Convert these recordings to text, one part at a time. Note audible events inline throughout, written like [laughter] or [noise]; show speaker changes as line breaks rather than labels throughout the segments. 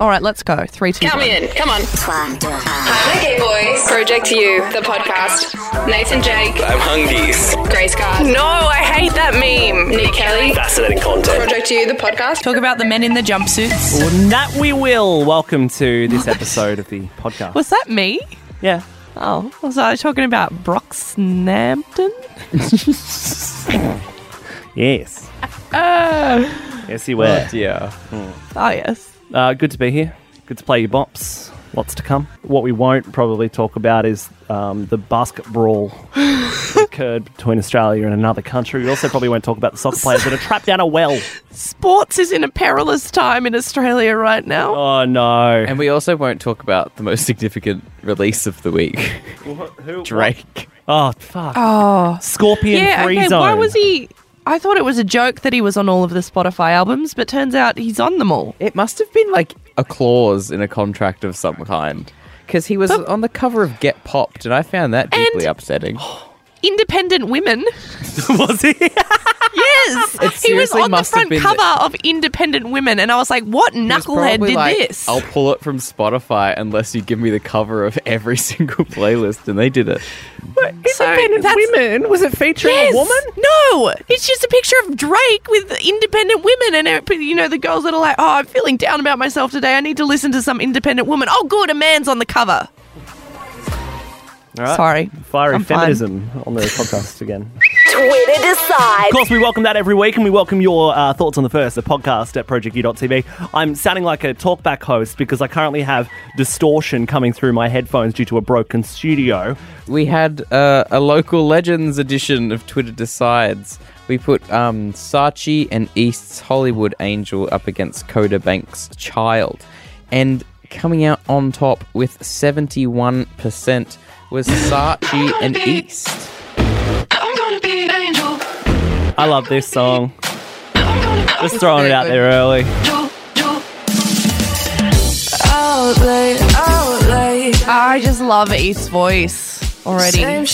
All right, let's go. Three, two,
Come
one.
in. Come on.
Hi, Gay Boys. Project You, the podcast. Nathan Jake,
I'm hungry.
Grace Card,
No, I hate that meme.
Nick Kelly.
Fascinating content.
Project You, the podcast.
Talk about the men in the jumpsuits.
Well, that we will. Welcome to this episode of the podcast.
Was that me?
Yeah.
Oh, was I talking about Broxnampton?
Yes.
Ah.
yes, you were.
Yeah.
Oh, yes.
Uh, good to be here. Good to play your bops. Lots to come. What we won't probably talk about is um, the basket brawl
[laughs]
that occurred between Australia and another country. We also probably won't talk about the soccer players that are trapped down a well.
Sports is in a perilous time in Australia right now.
Oh no!
And we also won't talk about the most significant release of the week, Drake.
Oh fuck!
Oh,
Scorpion
yeah.
free
Okay,
zone.
why was he? I thought it was a joke that he was on all of the Spotify albums, but turns out he's on them all.
It must have been like a clause in a contract of some kind. Because he was on the cover of Get Popped, and I found that deeply
And-
upsetting.
Independent women.
[laughs] was he?
[laughs] Yes, he was
seriously
on the
must have
front
been
cover
the-
of Independent Women, and I was like, "What
He was
knucklehead
probably
did
like, "Oh,
this?"
I'll pull it from Spotify unless you give me the cover of every [laughs] single playlist, and they did it.
So that's-
women? Was it featuring
Yes. No, it's just a picture of Drake with independent women, and it- you know the girls that are like, "Oh, I'm feeling down about myself today. I need to listen to some independent woman." Oh, good, a man's on the cover. Sorry,
Fiery
I'm fine.
feminism on the
[laughs]
podcast again. Twitter decides. Of course, we welcome that every week, and we welcome your uh, thoughts on the first, the podcast at projectu.tv. I'm sounding like a talkback host because I currently have distortion coming through my headphones due to a broken studio.
We had uh, a local legends edition of Twitter Decides. We put um, Saatchi and East's Hollywood Angel up against Coda Banks' Child. And coming out on top with 71%
[laughs]
was Saatchi and East.
I'm gonna be an angel.
I love this song.
I'm gonna
Just throwing it out there early.
do, do.
I just love East's voice already.
Yeah,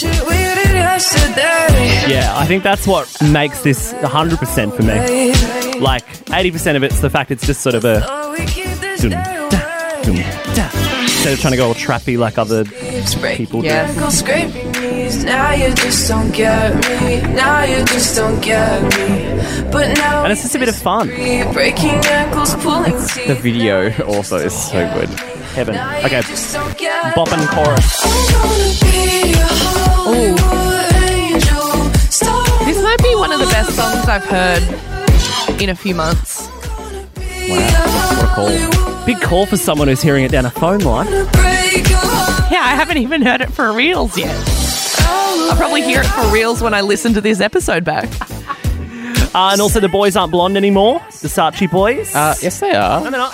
I think that's what makes this 100% for me. Like, 80% of it's the fact it's just sort of a. Dun, da, dun, da. Instead of trying to go all trappy like other people do.
Yeah.
Scraping knees, now you just don't get me. Now you just don't get me. But now
And it's just a bit of fun.
breaking ankles, pulling teeth.
The video also is so good.
Heaven.
Now you
Okay,
just don't get
bop and chorus.
I'm gonna be your Hollywood angel. Star on
This might be one of the best songs I've heard in a few months.
Big call for someone who's hearing it down a phone line.
the break of heart.
Yeah, I haven't even heard it for reals yet. I'll probably hear it for reals when I listen to this episode back.
Uh, and also, the boys aren't blonde anymore. The Saatchi boys.
Uh, yes, they
no,
are.
they're not.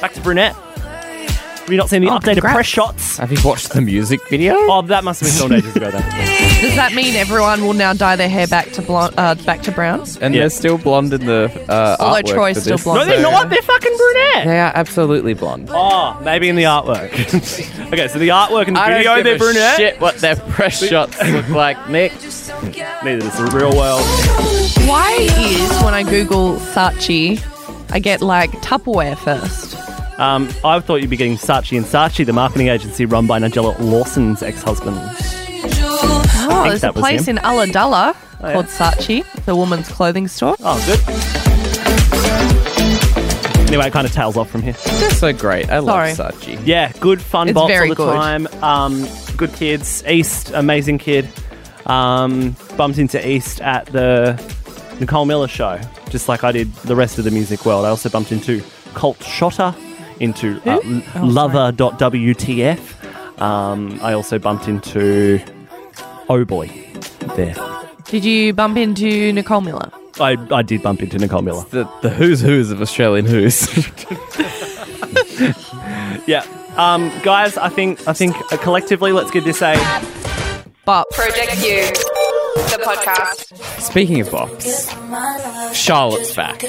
Back to brunette. Have you not
Oh,
seen the updated
congrats.
press shots?
Have you watched the music video?
Oh, that must have been filmed ages ago,
[laughs]
then.
Does that mean everyone will now dye their hair back to blonde, uh, back to brown?
and
Yeah.
they're still blonde in the uh,
Although
artwork
Troy's
for
still
this.
blonde.
No, they're not. They're fucking brunette.
They are absolutely blonde.
Oh, maybe in the artwork. [laughs] okay, so the artwork and the
I
video,
don't
they're
give a
brunette.
shit what their press shots look like, Nick.
Just don't get
Neither does the real world.
Why is when I Google Saatchi, I get like Tupperware first?
Um, I thought you'd be getting Saatchi and Saatchi, the marketing agency run by Nigella Lawson's ex-husband.
angel.
Oh,
think
there's a
that was
place
him.
in Ulladulla
yeah.
called Saatchi, the woman's clothing store.
Oh, good. Anyway, it kind of tails off from here.
[laughs] They're so great. I love
Sorry.
Saatchi.
Yeah, good fun
It's
bops
very
all the
good.
time. Um, good kids. East, amazing kid. Um, bumped into East at the Nicole Miller show, just like I did the rest of the music world. I also bumped into Colt Shotter, into uh,
Oh,
L- Lover.wtf. Um, I also bumped into Oh Boy there.
Did you bump into Nicole Miller?
I, I did bump into Nicole Miller.
The, the who's who's of Australian who's. [laughs]
Yeah. Um, guys, I think I think uh, collectively, let's give this a.
But
Project You, the podcast.
Speaking of bops, Charlotte's back.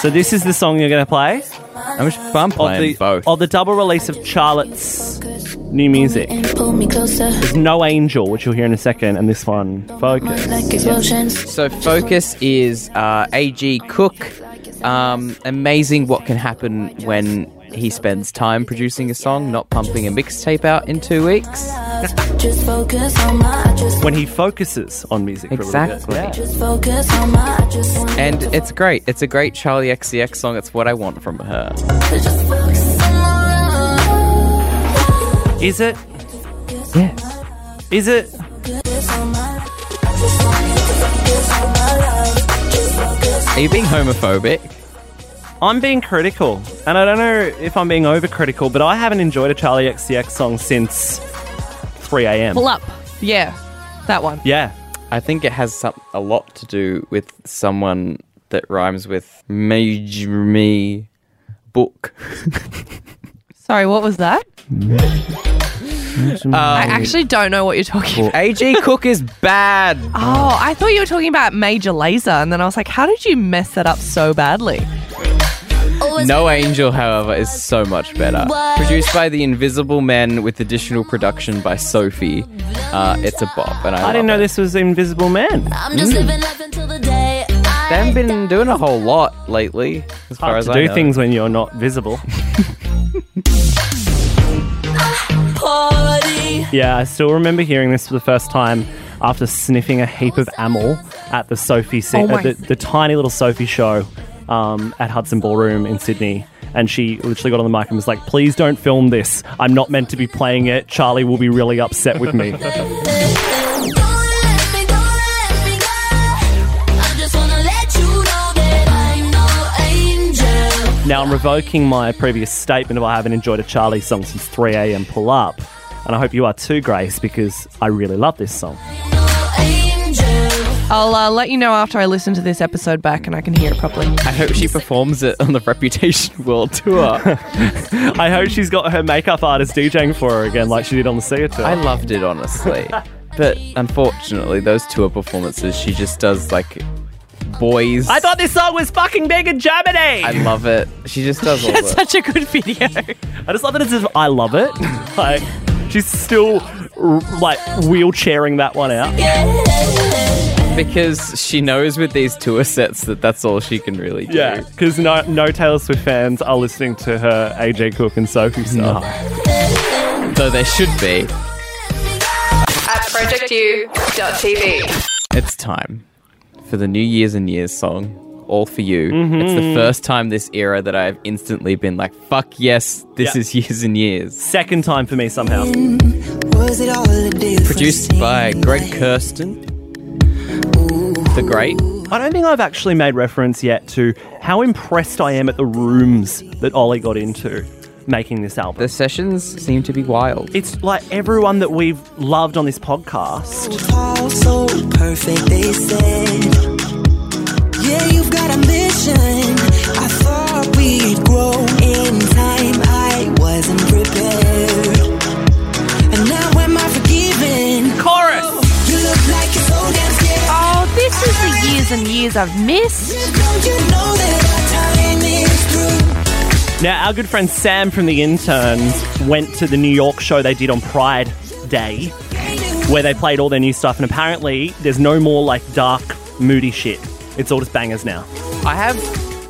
So this is the song you're going to play.
I'm just bump
of
playing
the
both.
of the double release of Charlotte's new music. There's No Angel, which you'll hear in a second, and this one, Focus.
so focus is uh, AG Cook. Um, amazing what can happen when He spends time producing a song, not pumping a mixtape out in two weeks.
Just focus on my, I just
When he focuses on music, for a little bit.
Exactly.
Yeah.
focus on my, I just want
And it's great. It's a great Charlie XCX song. It's what I want from her.
just focus on my love.
Is it?
Yes.
Is it?
Focus on my, I just want you to focus on my love. Just focus
Are you being homophobic?
I'm being critical, and I don't know if I'm being overcritical, but I haven't enjoyed a Charlie XCX song since 3 a.m.
Pull up. Yeah, that one.
Yeah.
I think it has some, a lot to do with someone that rhymes with mage me book. [laughs]
Sorry, what was that? I
Um,
actually don't know what you're talking about.
AG Cook is bad.
Oh, I thought you were talking about Major Laser, and then I was like, how did you mess that up so badly?
No Angel, however, is so much better. Produced by The Invisible Men with additional production by Sophie. Uh, it's a bop, and I,
I
love
didn't know
it.
this was Invisible Man.
Mm.
I'm just living life until the day
They
I
haven't been doing a whole lot lately, as far
Hard
as
to
I
do
know.
things when you're not visible.
party.
yeah, I still remember hearing this for the first time after sniffing a heap of amyl at the Sophie, si-
Oh my-
uh, the, the tiny little Sophie show um, at Hudson Ballroom in Sydney. And she literally got on the mic and was like, "Please don't film this. I'm not meant to be playing it. Charlie will be really upset with
[laughs]
me."
Don't let me, don't let me go. I just wanna let you know that I'm no angel.
Now I'm revoking my previous statement of I haven't enjoyed a Charlie song since 3 a.m. Pull Up, and I hope you are too, Grace, because I really love this song. [laughs]
No angel.
I'll uh, let you know after I listen to this episode back and I can hear it properly.
I hope
[laughs]
she performs it on the Reputation World Tour.
I hope she's got her makeup artist DJing for her again, like she did on the Sea
I
Tour.
loved it, [laughs] honestly. but unfortunately, those tour performances, she just does like boys.
I thought this song was fucking big in Germany.
[laughs]
I love it. She just does [laughs] all
That's
the.
such a good video.
I just love that it's just, I love it. [laughs] like she's still r- like wheelchairing that one out.
[laughs] Because she knows with these tour sets that that's all she can really do.
because no no Taylor Swift fans are listening to her AJ Cook and Sophie stuff.
Though they should be.
At projectu.tv.
It's time for the New Year's and Years song, All For You. It's the first time this era that I've instantly been like, fuck yes, this
Yeah.
is Years and Years.
Second time for me somehow.
[laughs] Produced by Greg Kirsten, the great.
I don't think I've actually made reference yet to how impressed I am at the rooms that Ollie got into making this album.
The sessions seem to be wild.
It's like everyone that we've loved on this podcast.
so perfect, they said. Yeah, you've got a mission. I thought we'd grow in time. I wasn't prepared. And now am I forgiven?
Chorus!
You look like you're so damn scared.
Oh, this is the years and years I've missed.
Don't you know that our time is through?
Now, our good friend Sam from The Interns went to the New York show they did on Pride Day where they played all their new stuff, and apparently there's no more like dark, moody shit. It's all just bangers now.
I have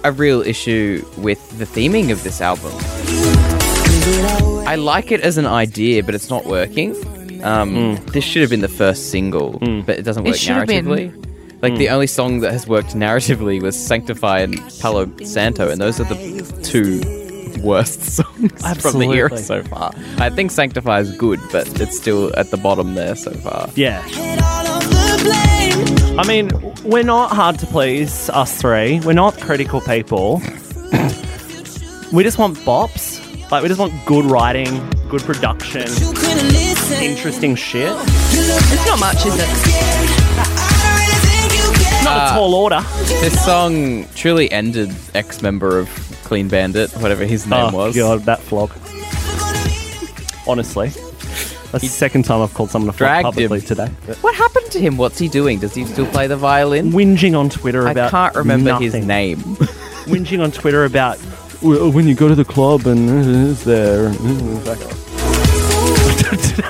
a real issue with the theming of this album. I like it as an idea, but it's not working. Um, This should have been the first single, but it doesn't work
should have been.
narratively. Like the only song that has worked narratively was "Sanctify" and "Palo Santo," and those are the two worst [laughs] songs from the era
Absolutely.
so far. I think "Sanctify" is good, but it's still at the bottom there so far.
Yeah.
And all of the blame.
I mean, we're not hard to please, us three. We're not critical people. [coughs] we just want bops. Like, we just want good writing, good production,
You couldn't listen.
interesting shit.
You look like
It's not much, is it?
scared. I really think you care.
Ah.
Not a tall order.
This song truly ended ex-member of Clean Bandit, whatever his name was.
Oh, God, that flog. Honestly. That's the second time I've called someone a flog
Dragged
publicly
him.
today.
What happened to him? What's he doing? Does he still play the violin?
Whinging on Twitter
I
about
can't remember his
nothing. [laughs]
name.
Whinging on Twitter about "Well, when you go to the club and it's there. [laughs] and-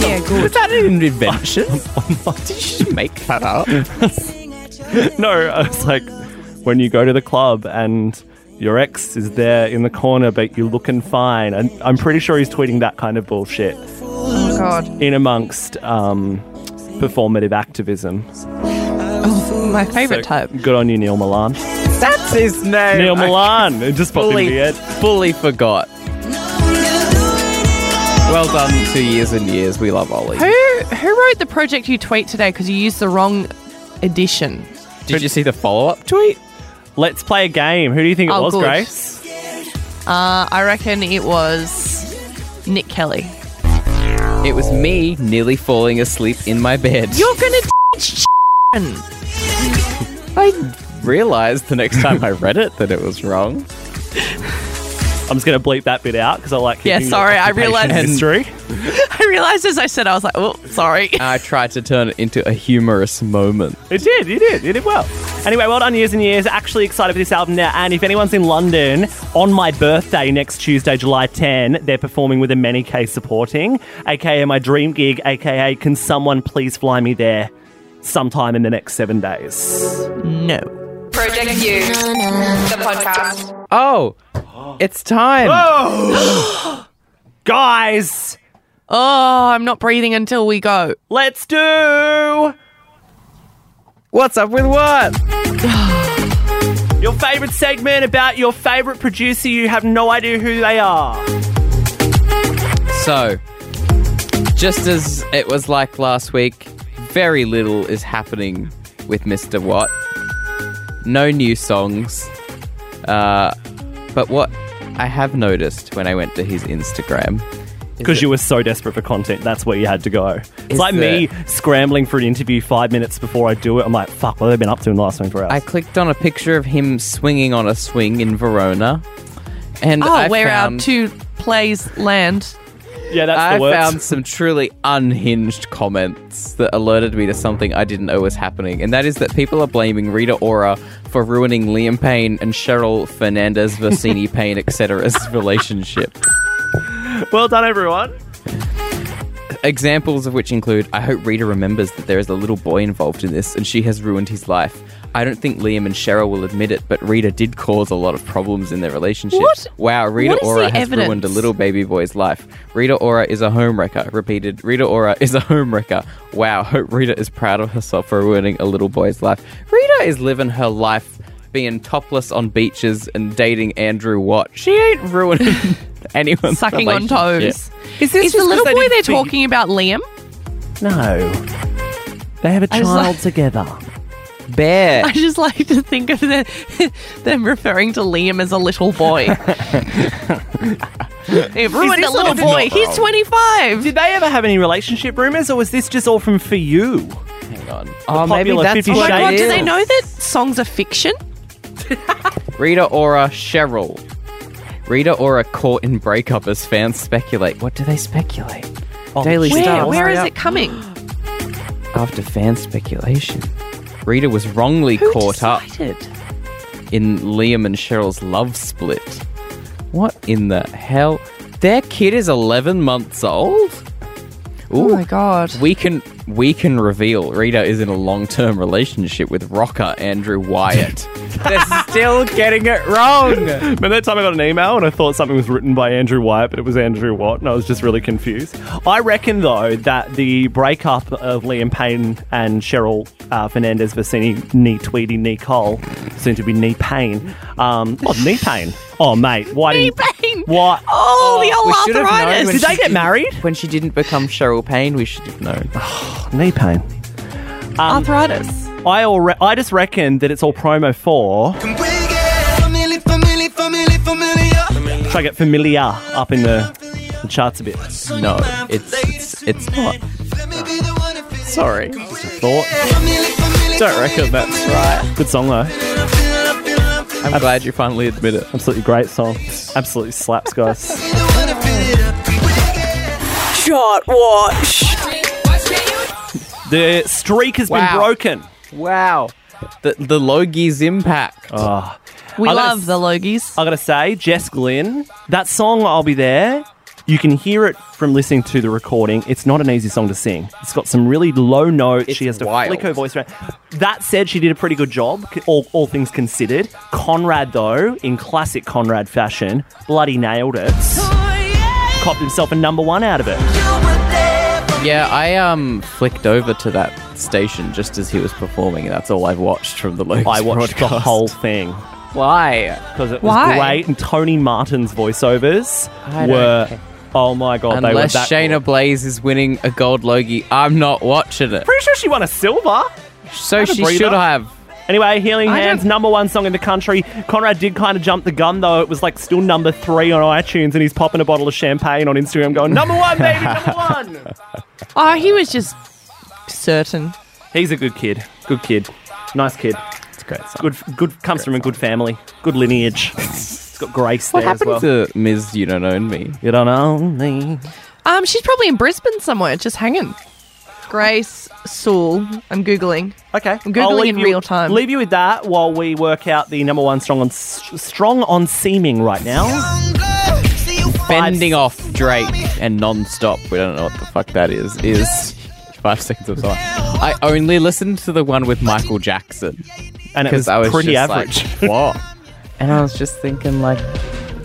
Yeah, good.
Is that
[laughs]
an invention? Did you just make that up?
No, I was like, when you go to the club and your ex is there in the corner, but you're looking fine. And I'm pretty sure he's tweeting that kind of bullshit
Oh, God.
in amongst um, performative activism.
My favourite type.
Good on you, Neil Milan.
That's his name.
Neil Milan. It just popped
Fully-
into the head.
Fully forgot. Well done, two years and years. We love Ollie.
Who who wrote the project you tweet today because you used the wrong edition?
Did you see the follow up tweet?
Let's play a game. Who do you think it
Oh,
was,
good.
Grace?
Uh, I reckon it was Nick Kelly.
It was me nearly falling asleep in my bed.
You're gonna teach
[laughs]
children.
I realized the next time I read it that it was wrong.
I'm just going to bleep that bit out because I like.
Yeah,
keeping the
sorry, I
occupation
realised-
History.
[laughs] I realised as I said, I was like, oh, sorry.
I tried to turn it into a humorous moment.
It did, it did, it did well. Anyway, well done, years and years. Actually excited for this album now. And if anyone's in London on my birthday next Tuesday, July 10, they're performing with a many K supporting, aka my dream gig, aka can someone please fly me there sometime in the next seven days.
No.
Project U, the podcast.
Oh, it's time.
Guys,
Oh, I'm not breathing until we go.
let's do
What's up with what?
your favorite segment about your favorite producer. You have no idea who they are.
So, just as it was like last week, very little is happening with Mr. Watt. No new songs. Uh, but what I have noticed when I went to his Instagram.
Because you were so desperate for content, that's where you had to go. It's
Is
like me
there-
scrambling for an interview five minutes before I do it. I'm like, fuck, what have I been up to in the last 24 hours?
I clicked on a picture of him swinging on a swing in Verona. And
Oh,
I
where our
found,
two plays land.
yeah, that's
I
the worst.
found some truly unhinged comments that alerted me to something I didn't know was happening, and that is that people are blaming Rita Ora for ruining Liam Payne and Cheryl Fernandez Versini Payne, etc.'s [laughs] relationship.
[laughs] Well done, everyone.
Examples of which include I hope Rita remembers that there is a little boy involved in this and she has ruined his life. I don't think Liam and Cheryl will admit it, but Rita did cause a lot of problems in their relationship.
What?
Wow, Rita
What is
Ora
the
has
evidence?
ruined a little baby boy's life. Rita Ora is a homewrecker. Repeated, Rita Ora is a homewrecker. Wow, hope Rita is proud of herself for ruining a little boy's life. Rita is living her life being topless on beaches and dating Andrew Watt. She ain't ruining [laughs] anyone's
Sucking on
relationship.
toes.
Is this
Is the little boy they're talking about Liam?
No. They have a
was
child
like-
together.
Bear.
I just like to think of the, [laughs] them referring to Liam as a little boy. They've ruined a little boy. He's 25.
Did they ever have any relationship rumors, or was this just all from for you?
Hang on. Oh, maybe
popular
that's
50
what
Oh my
Shade
god,
it
do
is.
they know that songs are fiction?
Rita Ora, Cheryl. Rita Ora caught in breakup as fans speculate. What do they speculate? Daily
shit.
Star.
Where, where
hurry
is
up.
it coming?
After fan speculation, Rita was wrongly
Who
caught
decided?
up in Liam and Cheryl's love split. What in the hell? Their kid is 11 months old?
Oh
Ooh,
my god.
we can we can reveal Rita is in a long-term relationship with rocker Andrew Wyatt. They're still getting it wrong.
Remember that time I got an email and I thought something was written by Andrew Wyatt, but it was Andrew Watt, and I was just really confused. I reckon, though, that the breakup of Liam Payne and Cheryl uh, Fernandez Vicini, Nee Tweedy, Nee Cole, soon to be Nee Payne. Um, oh, Nee Payne. Oh, mate. Why
Knee
didn't-
pain.
What?
Oh, the
we
old
should have known
arthritis.
when
Did they get married?
When she didn't become Cheryl Payne, we should
[laughs]
have known.
Knee pain.
arthritis.
Um, I alre- I just reckon that it's all promo for. Try to get familiar up in the, the charts a bit.
No, it's it's, it's not. Sorry,
Thought.
don't reckon that's right.
Good song though.
I'm glad you finally admit it.
Absolutely great song. Absolutely slaps, guys.
Shot watch.
the streak has
Wow.
been broken.
Wow, the the Logie's impact.
Oh,
We
I gotta
love the Logies.
I gotta say, Jess Glynn, that song "I'll Be There." You can hear it from listening to the recording. It's not an easy song to sing. It's got some really low notes.
It's
she has to
wild.
flick her voice around. That said, she did a pretty good job, c- all, all things considered. Conrad, though, in classic Conrad fashion, bloody nailed it. Copped himself a number one out of it.
Yeah, I um flicked over to that station just as he was performing. and That's all I've watched from the Locust
I watched the
broadcast.
whole thing.
Why?
because it was
Why?
great. And Tony Martin's voiceovers
I don't
were,
care.
oh my god, they were
Unless
that.
Shayna
good.
Blaze is winning a gold Logie, I'm not watching it.
Pretty sure she won a silver.
So
Have a
she
breather.
should have.
Anyway, Healing
I
Hands,
don't-
number one song in the country. Conrad did kind of jump the gun though. It was like still number three on iTunes, and he's popping a bottle of champagne on Instagram, going number
[laughs]
one, baby, number one.
Oh, he was just certain.
He's a good kid. Good kid. Nice kid.
It's a great song.
Good. Good. Comes from a good family. Good lineage. He's got grace
What
there as
happened
well.
to Ms. You Don't Own Me?
you don't know me.
Um, she's probably in Brisbane somewhere, just hanging. Grace Sewell. I'm googling.
Okay,
I'm Googling
I'll leave
in
you-
real time.
Leave you with that while we work out the number one strong on strong on seeming right now.
Bending off Drake and non-stop. We don't know what the fuck that is. Is five seconds of song. I only listened to the one with Michael Jackson
And it
because
was,
I was
pretty
just
average.
Like, [laughs] what? And I was just thinking, like,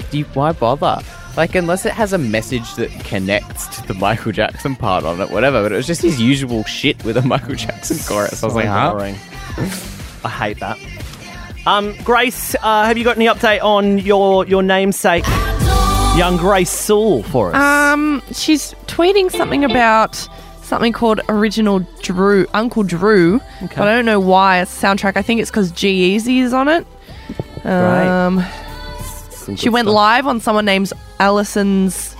do you, why bother? Like, unless it has a message that connects to the Michael Jackson part on it, whatever. But it was just his usual shit with a Michael Jackson chorus. I was like, huh?
Boring. I hate that. Um, Grace, uh, have you got any update on your your namesake, young Grace Sewell, for us?
Um, she's tweeting something about something called Original Drew, Uncle Drew. But I don't know why it's a soundtrack. I think it's because G Eazy is on it.
Right.
Um, she went live on someone named Allison's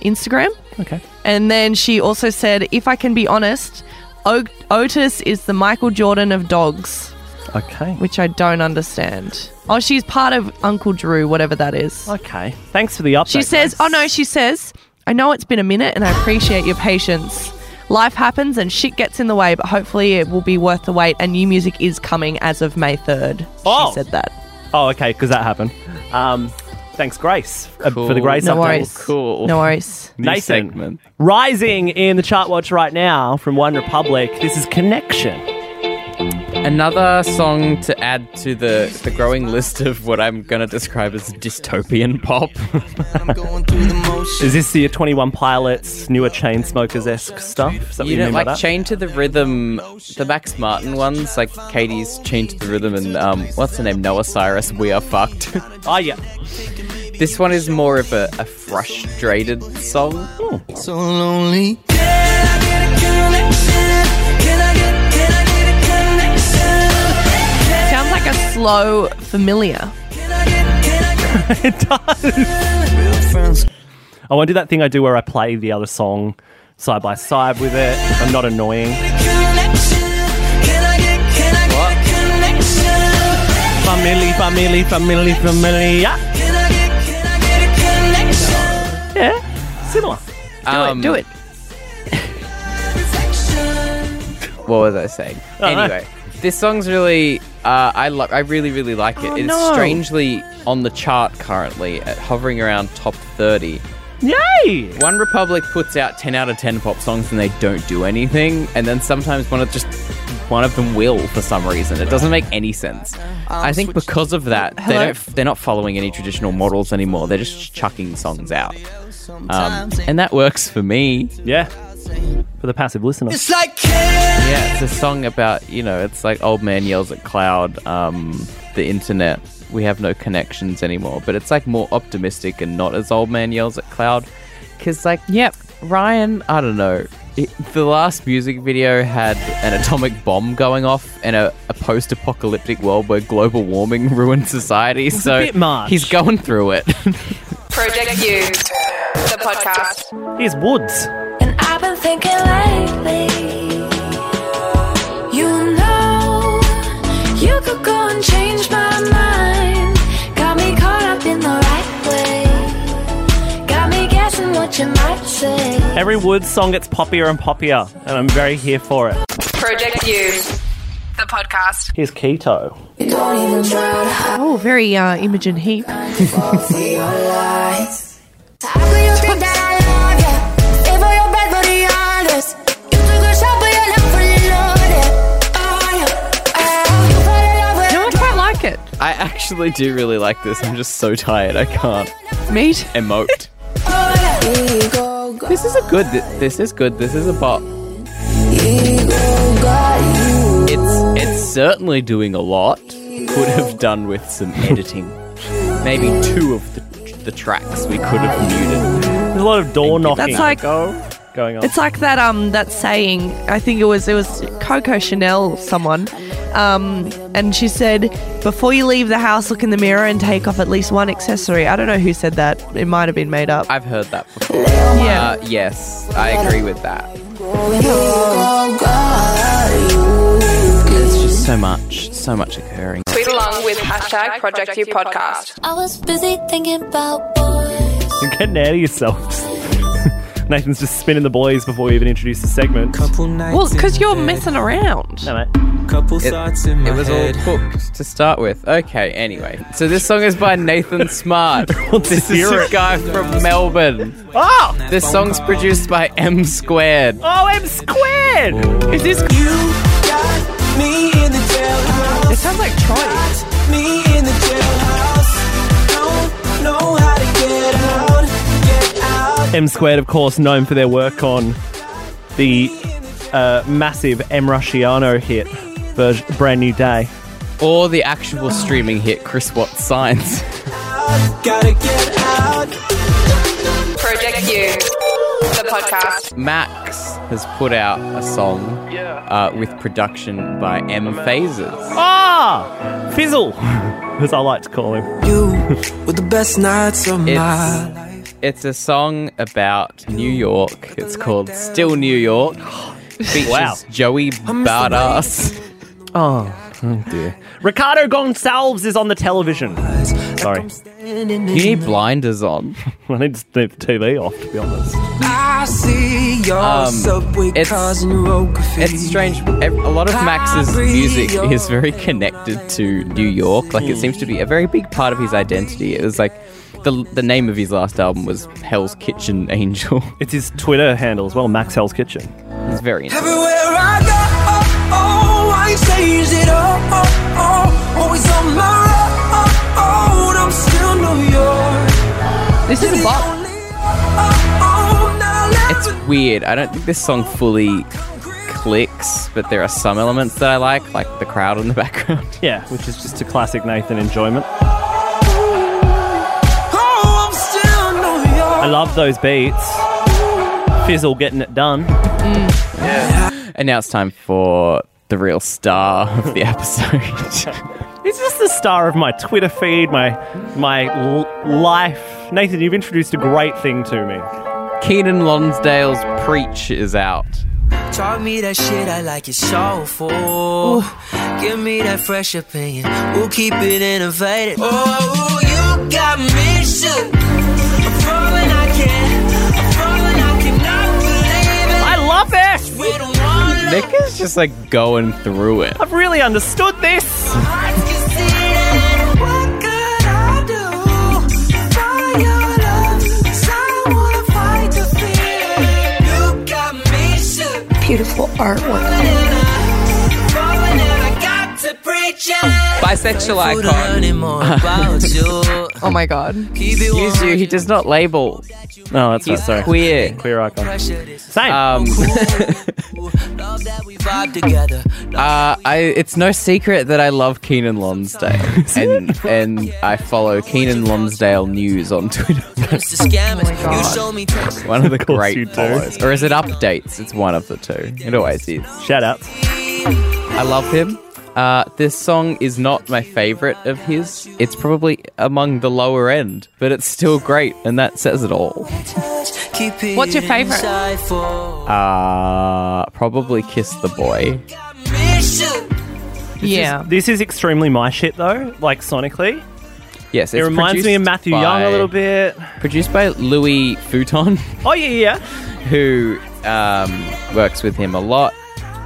Instagram.
okay.
And then she also said, if I can be honest, o- Otis is the Michael Jordan of dogs,
Okay.
which I don't understand. Oh, she's part of Uncle Drew, whatever that is.
Okay. Thanks for the update.
She says,
Grace.
oh no, she says, I know it's been a minute and I appreciate your patience. Life happens and shit gets in the way, but hopefully it will be worth the wait. And new music is coming as of May 3rd.
Oh.
She said that.
Oh, okay, because that happened. Um, thanks, Grace, uh, for the
Cool.
Grace
No
update.
worries.
cool.
No worries.
New
Nathan.
segment.
Rising in the chart watch right now from One Republic. This is Connection.
Another song to add to the, the growing list of what I'm going to describe as dystopian pop. [laughs]
Is this the 21 Pilots, newer Chainsmokers esque stuff? Is that what
you
you
know,
mean by
like
that?
Chain to the Rhythm, the Max Martin ones, like Katie's Chain to the Rhythm and um, what's her name? Noah Cyrus, We Are Fucked. [laughs]
oh, yeah.
this one is more of a, a frustrated song.
So lonely.
Sounds like a slow familiar.
It does. Oh, I want to do that thing I do where I play the other song side by side with it. I'm not annoying. Family, family, family, family. Yeah. yeah. Similar.
Um,
Do it.
What was I saying?
Uh-huh.
no.
anyway, this song's really. Uh, I lo- I really really like it. it's
Oh, no.
strangely on the chart currently, at hovering around top thirty.
Yay!
One Republic puts out ten out of ten pop songs and they don't do anything, and then sometimes one of just one of them will for some reason. It doesn't make any sense. I think because of that, they
Hello?
don't, they're not following any traditional models anymore. They're just chucking songs out, um, and that works for me.
Yeah. For the passive listener.
It's like candy.
Yeah, it's a song about you know, it's like old man yells at cloud, um, the internet. We have no connections anymore, but it's like more optimistic and not as old man yells at cloud, because like yep, Ryan, I don't know. It, the last music video had an atomic bomb going off in a, a post-apocalyptic world where global warming [laughs] ruined society. so
bit much.
he's going through it. [laughs]
Project U, the podcast.
Here's Woods.
And I've been thinking lately, you know, you could go and change my mind. Got me caught up in the right way, got me guessing what you might say.
Every Woods song gets poppier and poppier, and I'm very here for it.
Project U, the podcast.
Here's Keto.
Oh, very uh, Imogen Heap.
I really think that I Oh,
actually do really like this. I'm just so tired. I can't
Meat.
emote.
Ego got,
this is a good. Th- this is good. This is a bop.
ego got you.
It's it's certainly doing a lot. Could have done with some editing. Maybe two of the, the tracks we could have muted.
There's a lot of door knocking
That's like
going on. [laughs]
It's like that um that saying. I think it was it was Coco Chanel someone, um, and she said before you leave the house, look in the mirror and take off at least one accessory. I don't know who said that. It might have been made up.
I've heard that before.
yeah.
Uh, yes, I agree with that. It's just so much, so much occurring.
Tweet along with hashtag Project U Podcast.
I was busy thinking about boys.
You're getting out of yourselves. [laughs] Nathan's just spinning the boys before we even introduce the segment.
Couple nights
well, because
in
you're
bed,
messing around.
No, mate.
Couple
It,
thoughts in my
it was all
head.
booked to start with. Okay, anyway. So this song is by Nathan Smart.
want to
this is
hear
a
it.
guy from Melbourne.
Oh!
This song's produced by M Squared.
Oh, M squared! Is this
Got me in the jailhouse.
It sounds like Troy.
Me in the jailhouse. Don't know how to get out. Get out.
M Squared, of course, known for their work on the uh, massive M Rusciano hit, version, Brand New Day.
or the actual streaming hit Chris Watts Signs.
Gotta get out.
Project U, the podcast.
Max has put out a song uh, with production by M Phases.
Ah! Fizzle! [laughs] As I like to call him.
You were the best nights of my
It's
life.
it's a song about New York. It's called Still New York. Features
Wow.
Joey Badass.
Oh, oh dear. Ricardo Gonsalves is on the television. Sorry. [laughs]
You need blinders on.
I need to turn the TV off, to be honest.
I see your
Um,
subway
it's-
cars and road graffiti.
It's strange. ev- A lot of Max's music is very connected to New York. Like it seems to be a very big part of his identity. It was like the the name of his last album was Hell's Kitchen Angel. [laughs]
It's his Twitter handle as well, Max Hell's Kitchen.
It's very interesting.
Everywhere I go, oh, oh, I change it up. Oh, oh, always on my road. I'm still New York.
This is a bop.
It's weird. I don't think this song fully clicks, but there are some elements that I like, like the crowd in the [laughs] background.
Yeah, which is just a classic Nathan enjoyment.
Oh, I'm still New
I
York.
love those beats. Fizzle getting it done.
And now it's time for the real star of the [laughs] episode. [laughs]
Is this the star of my Twitter feed, my my l- life? Nathan, you've introduced a great thing to me.
Keenan Lonsdale's Preach is out.
Taught me that shit I like it soulful. Give me that fresh opinion. We'll keep it innovative. Oh, you got me shook. I'm falling, I can't. I'm falling, I cannot believe it.
I love this.
We don't want
Nick is just like going through it.
I've really understood this.
hearts conceited. What could I do for your love? 'Cause I don't wanna fight the feeling. You got me shook.
Beautiful artwork.
and I'm falling, and I got to preach it.
Bisexual icon. [laughs]
Oh my god.
Excuse you, he does not label.
No, Oh, that's
He's
right. Sorry.
queer.
Queer icon. Same.
Um,
together.
Uh, I, it's no secret that I love Keenan
[laughs]
Lonsdale, and and I follow Keenan Lonsdale News on [laughs] Twitter.
Oh
One of the
course you
great
do.
follows, or is it updates? It's one of the two. It always is.
Shout out.
I love him. Uh, this song is not my favorite of his. It's probably among the lower end, but it's still great, and that says it all.
What's your favorite?
Uh, probably "Kiss the Boy."
Yeah.
This is extremely my shit though, like sonically.
Yes,
It
it's
reminds me of
produced
Matthew
by-
Young a little bit.
Produced by Louis Futon.
Oh yeah, yeah.
[laughs] who um, works with him a lot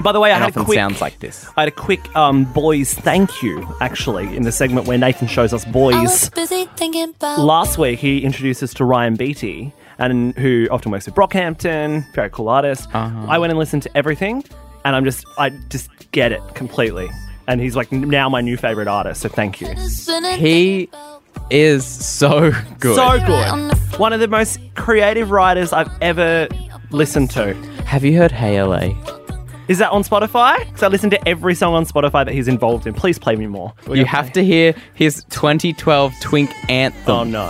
By the way, I
and
had a
often
quick
sounds like this.
I had a quick um, boys thank you actually in the segment where Nathan shows us
I
boys.
Oh,
was busy thinking about
Last week, he introduced us to Ryan Beatty, and who often works with Brockhampton, very
Uh-huh.
cool artist. I went and listened to everything, and I'm just, I just get it completely. and he's like now my new favorite artist. So thank you.
He is so [laughs] good.
So good. One of the most creative writers I've ever listened to.
Have you heard Hey LA?
Oh, Is that on Spotify? Because I listen to every song on Spotify that he's involved in. Please play me more.
You have to hear his 2012 Twink Anthem.
Oh no.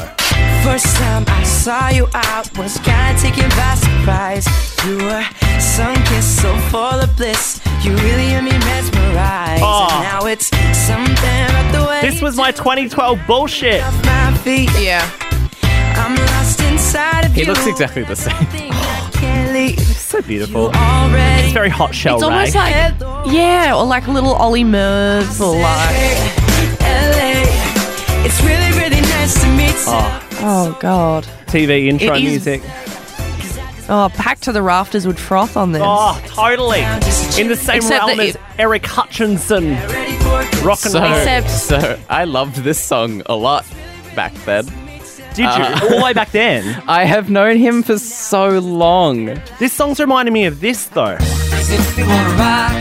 First time I saw you, I was kinda taken by surprise. You were sunken, so full of bliss. You really had me mesmerized.
Oh.
And now it's something about the way
This was my 2012 bullshit.
off my feet.
Yeah.
I'm lost inside of
He
you.
looks exactly the
[laughs]
same.
I can't leave
So beautiful.
already.
It's very hot shell,
It's
right?
almost like, yeah, or like little Ollie Murs or like,
LA. It's really, really nice to meet you.
oh god.
TV Ah, intro
It is-
music.
Oh, Pack to the Rafters would froth on this.
Oh, totally. In the same
Except
realm
that
as
it-
Eric Hutchinson. Rock and
So,
roll.
Except-
so I loved this song a lot back then.
Did you?
Uh.
All the way back then.
I have known him for so long.
This song's reminding me of this, though.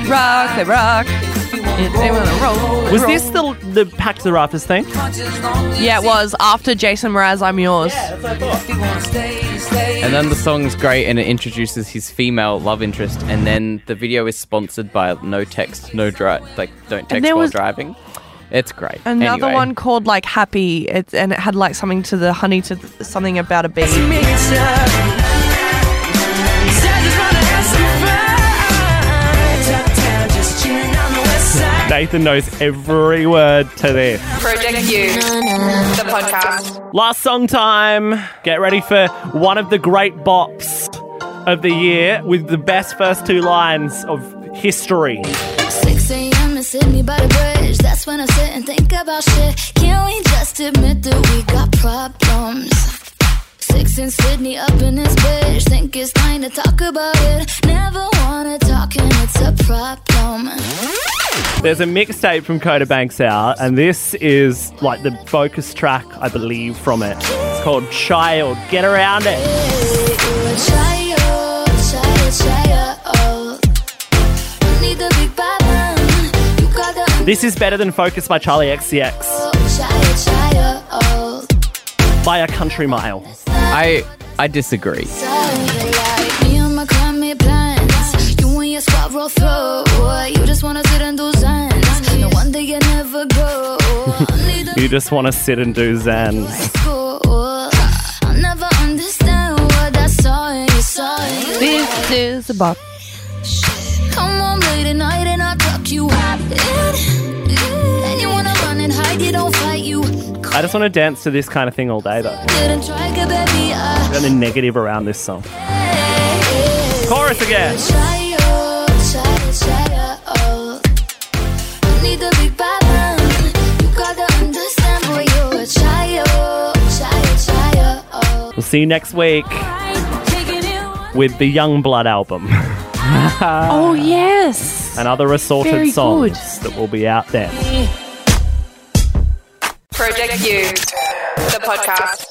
Rock, they rock. If they wanna roll, they
Was
roll.
this the, the Pack to the Rafters thing?
Yeah, it was after Jason Mraz, I'm yours.
And then the song's great and it introduces his female love interest. And then the video is sponsored by No Text, No Drive. Like, don't text
there
while
was-
driving. It's great.
Another
Anyway.
one called like Happy, it's, and it had like something to the honey to th- something about a bee.
Nathan knows every word to this.
Project U, the podcast.
Last song time. Get ready for one of the great bops of the year with the best first two lines of history.
6 a.m. is hit me by the bridge. That's when I sit and think about shit. Can we just admit that we got problems? Six in Sydney up in this bitch. Think it's time to talk about it. Never wanna talk and it's a problem.
There's a mixtape from Coda Banks out, and this is like the focus track, I believe, from it. It's called Child. Get around it.
You're a child, child, child. You need the big problem. You got the
This is better than Focus by Charlie XCX
child, child.
by a country mile.
I, I disagree.
Me and my crummy plans. You and your squad roll through. You just wanna sit and do signs. No wonder you never go. Only the
You just want to sit and do Zen.
school. I'll never understand what I saw in you, saw in you.
This is a bop.
Come home late at night and I tuck you up. And you wanna run and hide, you don't fight, you
I just want to dance to this kind of thing all day, though.
didn't try, good baby. I
There's Nothing negative around this song. Chorus again.
Child, child, child. oh. You need the big problem. You gotta understand, boy, you're a oh, child, child, child.
We'll see you next week
Taking it one-
with the Young Blood album.
[laughs] Oh yes.
and other assorted
Very
songs
good.
that will be out there.
Project U, the podcast.